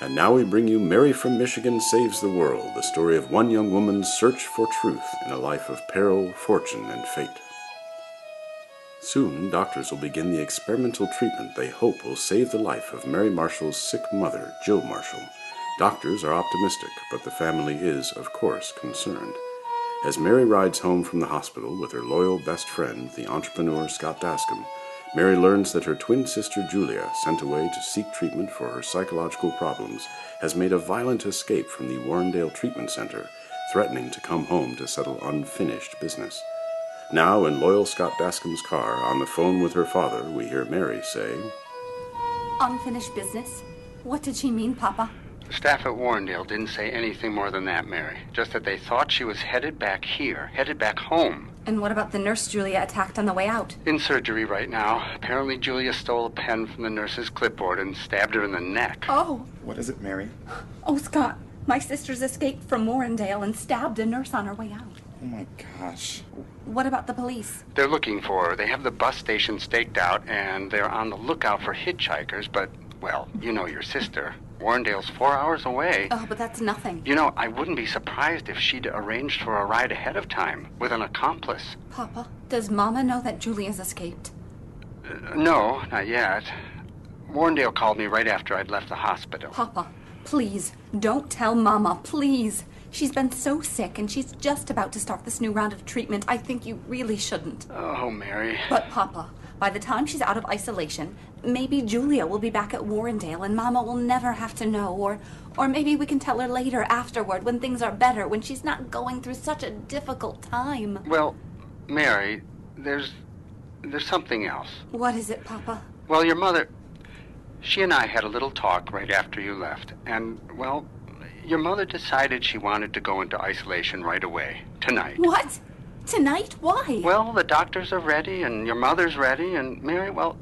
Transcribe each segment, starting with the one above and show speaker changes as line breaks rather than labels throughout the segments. And now we bring you Mary from Michigan Saves the World, the story of one young woman's search for truth in a life of peril, fortune, and fate. Soon, doctors will begin the experimental treatment they hope will save the life of Mary Marshall's sick mother, Jill Marshall. Doctors are optimistic, but the family is, of course, concerned. As Mary rides home from the hospital with her loyal best friend, the entrepreneur Scott Dascom, Mary learns that her twin sister Julia, sent away to seek treatment for her psychological problems, has made a violent escape from the Warrendale Treatment Center, threatening to come home to settle unfinished business. Now, in loyal Scott Bascom's car, on the phone with her father, we hear Mary say,
Unfinished business? What did she mean, Papa?
The staff at Warrendale didn't say anything more than that, Mary. Just that they thought she was headed back here, headed back home.
And what about the nurse Julia attacked on the way out?
In surgery right now. Apparently, Julia stole a pen from the nurse's clipboard and stabbed her in the neck.
Oh,
What is it, Mary?
oh, Scott. My sister's escaped from Warrendale and stabbed a nurse on her way out.
Oh my gosh.
What about the police?
They're looking for her. They have the bus station staked out, and they're on the lookout for hitchhikers, but, well, you know your sister. Warrendale's four hours away.
Oh, but that's nothing.
You know, I wouldn't be surprised if she'd arranged for a ride ahead of time with an accomplice.
Papa, does Mama know that Julia's escaped?
Uh, No, not yet. Warrendale called me right after I'd left the hospital.
Papa, please, don't tell Mama, please. She's been so sick and she's just about to start this new round of treatment. I think you really shouldn't.
Oh, Mary.
But, Papa, by the time she's out of isolation, maybe Julia will be back at Warrendale and Mama will never have to know. Or, or maybe we can tell her later afterward when things are better, when she's not going through such a difficult time.
Well, Mary, there's there's something else.
What is it, Papa?
Well, your mother she and I had a little talk right after you left, and well, your mother decided she wanted to go into isolation right away, tonight.
What? Tonight? Why?
Well, the doctors are ready and your mother's ready and Mary, well,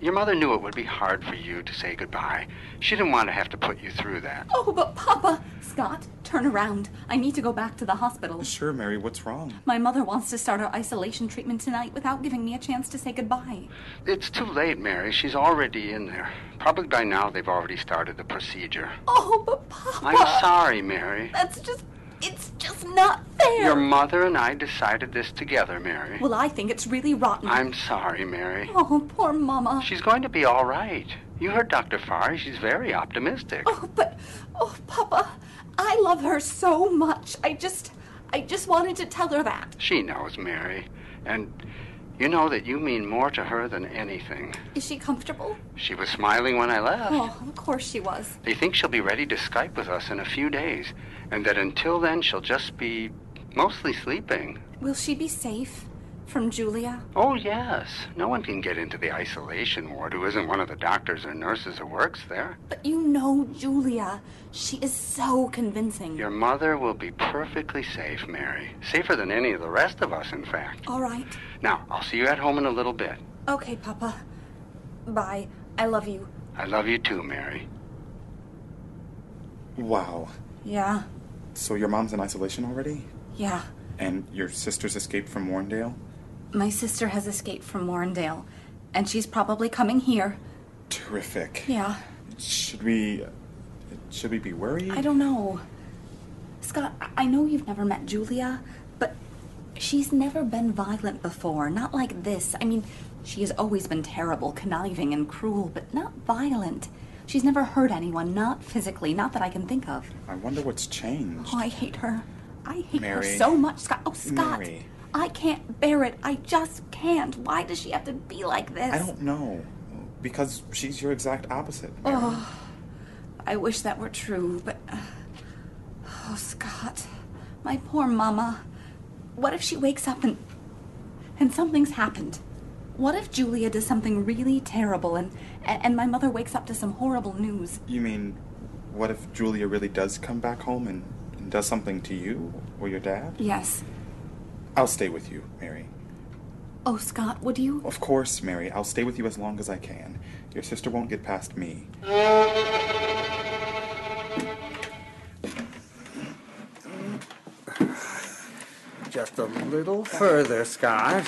your mother knew it would be hard for you to say goodbye. She didn't want to have to put you through that.
oh, but Papa! Scott, turn around. I need to go back to the hospital.
Sure, Mary, what's wrong?
My mother wants to start her isolation treatment tonight without giving me a chance to say goodbye.
It's too late, Mary. She's already in there. Probably by now they've already started the procedure.
Oh, but Papa!
I'm sorry, Mary.
That's just. It's just not fair!
Your mother and I decided this together, Mary.
well, I think it's really rotten.
I'm sorry, Mary.
Oh, poor Mama.
She's going to be all right. You heard Dr. Farr. She's very optimistic.
Oh, but oh, Papa, I love her so much. I just, I just wanted to tell her that.
She knows, Mary. And you know that you mean more to her than anything.
Is she comfortable?
She was smiling when I left.
Oh, of course she was.
They think she'll be ready to Skype with us in a few days, and that until then she'll just be mostly sleeping.
Will she be safe from Julia?
Oh, yes. No one can get into the isolation ward who isn't one of the doctors or nurses who works there.
But you know Julia. She is so convincing.
Your mother will be perfectly safe, Mary. Safer than any of the rest of us, in fact.
All right.
Now, I'll see you at home in a little bit.
Okay, Papa. Bye. I love you.
I love you too, Mary.
Wow.
Yeah.
So your mom's in isolation already?
Yeah.
And your sister's escaped from Warrendale?
My sister has escaped from Warrendale, and she's probably coming here.
Terrific.
Yeah.
Should we. Should we be worried?
I don't know. Scott, I- I know you've never met Julia, but she's never been violent before. Not like this. I mean, she has always been terrible, conniving, and cruel, but not violent. She's never hurt anyone, not physically, not that I can think of.
I wonder what's changed.
Oh, I hate her. I hate her
Mary.
so much, Scott. Oh, Scott.
Mary.
I can't bear it. I just can't. Why does she have to be like this?
I don't know. Because she's your exact opposite. Mary.
Oh. I wish that were true, but. uh, Oh, Scott. My poor mama. What if she wakes up and. and something's happened? What if Julia does something really terrible and, and, and my mother wakes up to some horrible news?
You mean, what if Julia really does come back home and, and does something to you or your dad?
Yes.
I'll stay with you, Mary.
Oh, Scott, would you?
Of course, Mary. I'll stay with you as long as I can. Your sister won't get past me.
Just a little further, Scott.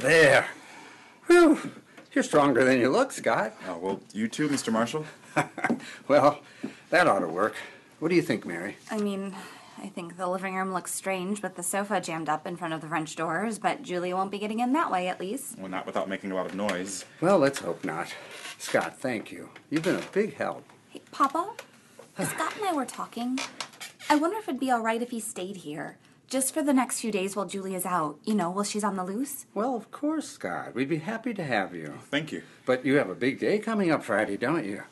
There. Whew.
Ah, You're stronger than you look, Scott.
Oh, well, you too, Mr. Marshall.
Well, that ought to work. What do you think, Mary?
I mean, I think the living room looks strange with the sofa jammed up in front of the French doors, but Julie won't be getting in that way at least.
Well, not without making a lot of noise.
Well, let's hope not. Scott, thank you. You've been a big help.
Hey, Papa, Scott and I were talking. I wonder if it'd be all right if he stayed here. Just for the next few days while Julie is out, you know, while she's on the loose.
Well, of course, Scott. We'd be happy to have you.
Thank you.
But you have a big day coming up Friday, don't you?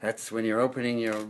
That's when you're opening your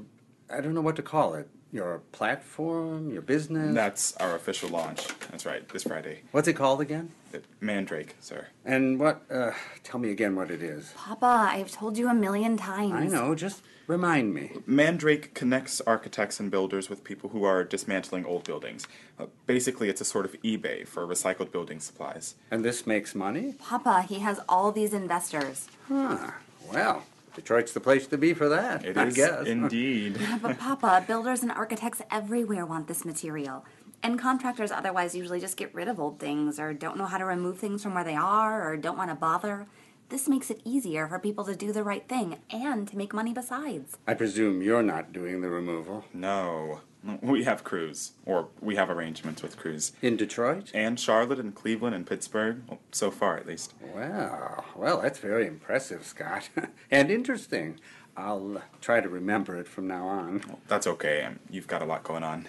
I don't know what to call it. Your platform, your business.
That's our official launch. That's right, this Friday.
What's it called again?
The Mandrake, sir.
And what uh tell me again what it is.
Papa, I've told you a million times.
I know, just remind me.
Mandrake connects architects and builders with people who are dismantling old buildings. Uh, basically, it's a sort of eBay for recycled building supplies.
And this makes money?
Papa, he has all these investors.
Huh. Well, Detroit's the place to be for that.
It is
I guess.
indeed.
But Papa, builders and architects everywhere want this material. And contractors otherwise usually just get rid of old things or don't know how to remove things from where they are or don't want to bother. This makes it easier for people to do the right thing and to make money besides.
I presume you're not doing the removal.
no. We have crews, or we have arrangements with crews.
In Detroit?
And Charlotte and Cleveland and Pittsburgh, well, so far at least.
Wow. Well, that's very impressive, Scott. and interesting. I'll try to remember it from now on.
That's okay, um, you've got a lot going on.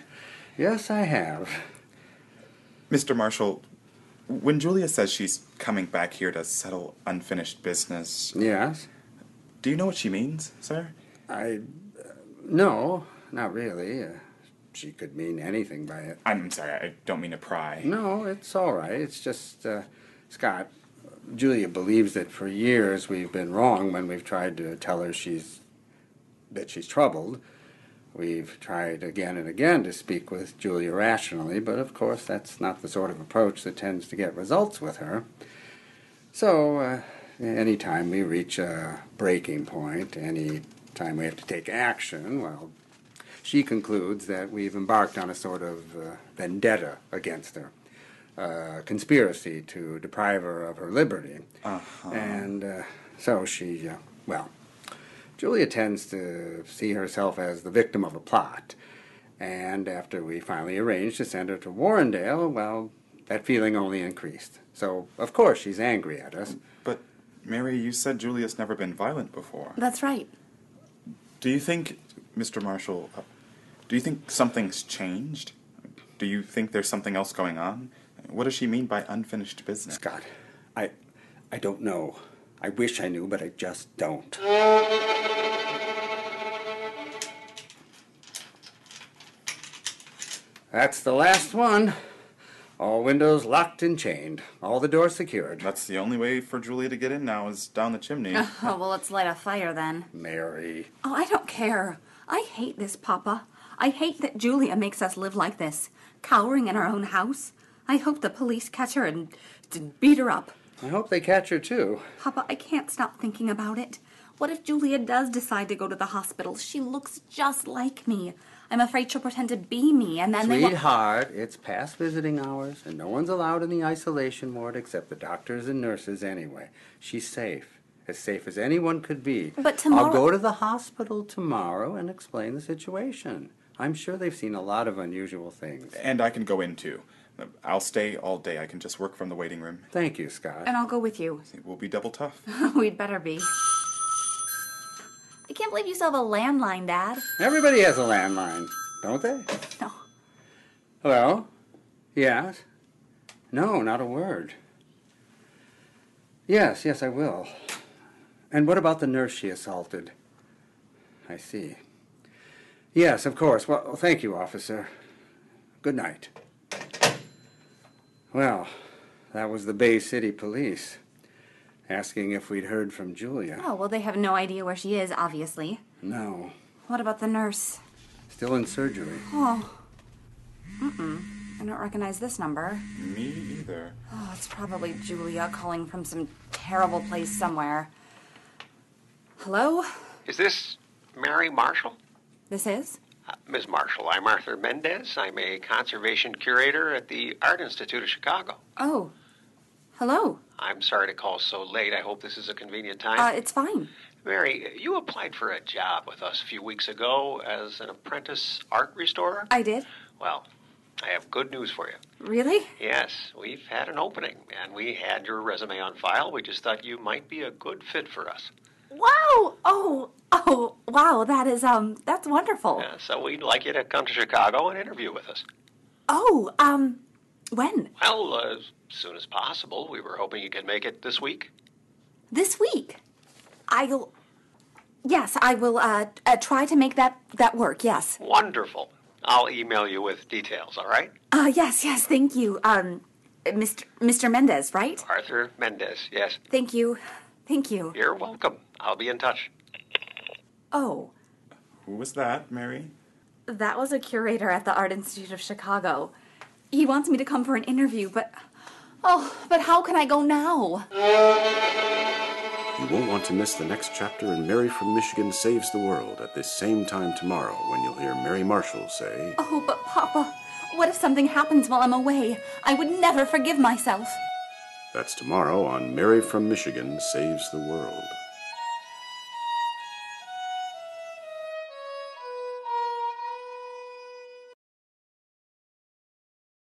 Yes, I have.
Mr. Marshall, when Julia says she's coming back here to settle unfinished business,
Yes.
do you know what she means, sir?
I. uh, no, not really. Uh, she could mean anything by it.
I'm sorry, I don't mean to pry.
No, it's all right. It's just, uh, Scott, Julia believes that for years we've been wrong when we've tried to tell her she's. that she's troubled. We've tried again and again to speak with Julia rationally, but of course that's not the sort of approach that tends to get results with her. So, uh, any time we reach a breaking point, any time we have to take action, well, she concludes that we've embarked on a sort of uh, vendetta against her, uh, conspiracy to deprive her of her liberty. And uh, so she, uh, well, Julia tends to see herself as the victim of a plot. And after we finally arranged to send her to Warrendale, well, that feeling only increased. So, of course, she's angry at us.
But, Mary, you said Julia's never been violent before.
That's right.
Do you think, Mr. Marshall, uh, do you think something's changed? Do you think there's something else going on? What does she mean by unfinished business?
Scott, I, I don't know. I wish I knew, but I just don't. That's the last one. All windows locked and chained. All the doors secured.
That's the only way for Julia to get in now is down the chimney.
Oh, well, let's light a fire then.
Mary.
Oh, I don't care. I hate this, Papa. I hate that Julia makes us live like this, cowering in our own house. I hope the police catch her and d- beat her up.
I hope they catch her, too.
Papa, I can't stop thinking about it. What if Julia does decide to go to the hospital? She looks just like me. I'm afraid she'll pretend to be me, and then they. Will-
Sweetheart, it's past visiting hours, and no one's allowed in the isolation ward except the doctors and nurses anyway. She's safe. As safe as anyone could be.
But tomorrow-
I'll go to the hospital tomorrow and explain the situation. I'm sure they've seen a lot of unusual things.
And I can go in too. I'll stay all day. I can just work from the waiting room.
Thank you, Scott.
and I'll go with you.
It will be double tough.
We'd better be. I can't believe you still have a landline, Dad.
Everybody has a landline, don't they?
No.
Hello? Yes? No, not a word. Yes, yes, I will. And what about the nurse she assaulted? I see. Yes, of course. Well, thank you, officer. Good night. Well, that was the Bay City Police asking if we'd heard from Julia.
Oh, well, they have no idea where she is, obviously.
No,
What about the nurse?
still in surgery.
Oh. Mm-mm. I don't recognize this number.
Me either.
Oh, it's probably Julia calling from some terrible place somewhere. Hello?
Is this Mary Marshall?
This is?
Uh, Ms. Marshall, I'm Arthur Mendez. I'm a conservation curator at the Art Institute of Chicago.
Oh. Hello.
I'm sorry to call so late. I hope this is a convenient time.
Uh, it's fine.
Mary, you applied for a job with us a few weeks ago as an apprentice art restorer.
I did.
Well, I have good news for you.
Really?
Yes, we've had an opening, and we had your resume on file. We just thought you might be a good fit for us.
Wow! Oh, oh, wow! That is um, that's wonderful.
Uh, so we'd like you to come to Chicago and interview with us.
Oh, um, when?
Well, uh, as soon as possible. We were hoping you could make it this week.
This week. I'll. Yes, I will. Uh, uh try to make that that work. Yes.
Wonderful. I'll email you with details, all right?
Uh, yes, yes. Thank you. Um, Mr. Mr. Mendez, right?
Arthur Mendez, yes.
Thank you. Thank you.
You're welcome. I'll be in touch.
Oh,
Who was that, Mary?
that was a curator at the Art Institute of Chicago. He wants me to come for an interview, but oh, but how can I go now?
You won't want to miss the next chapter in Mary from Michigan Saves the World at this same time tomorrow when you'll hear Mary Marshall say,
Oh, but Papa, what if something happens while I'm away? I would never forgive myself.
That's tomorrow on Mary from Michigan Saves the World.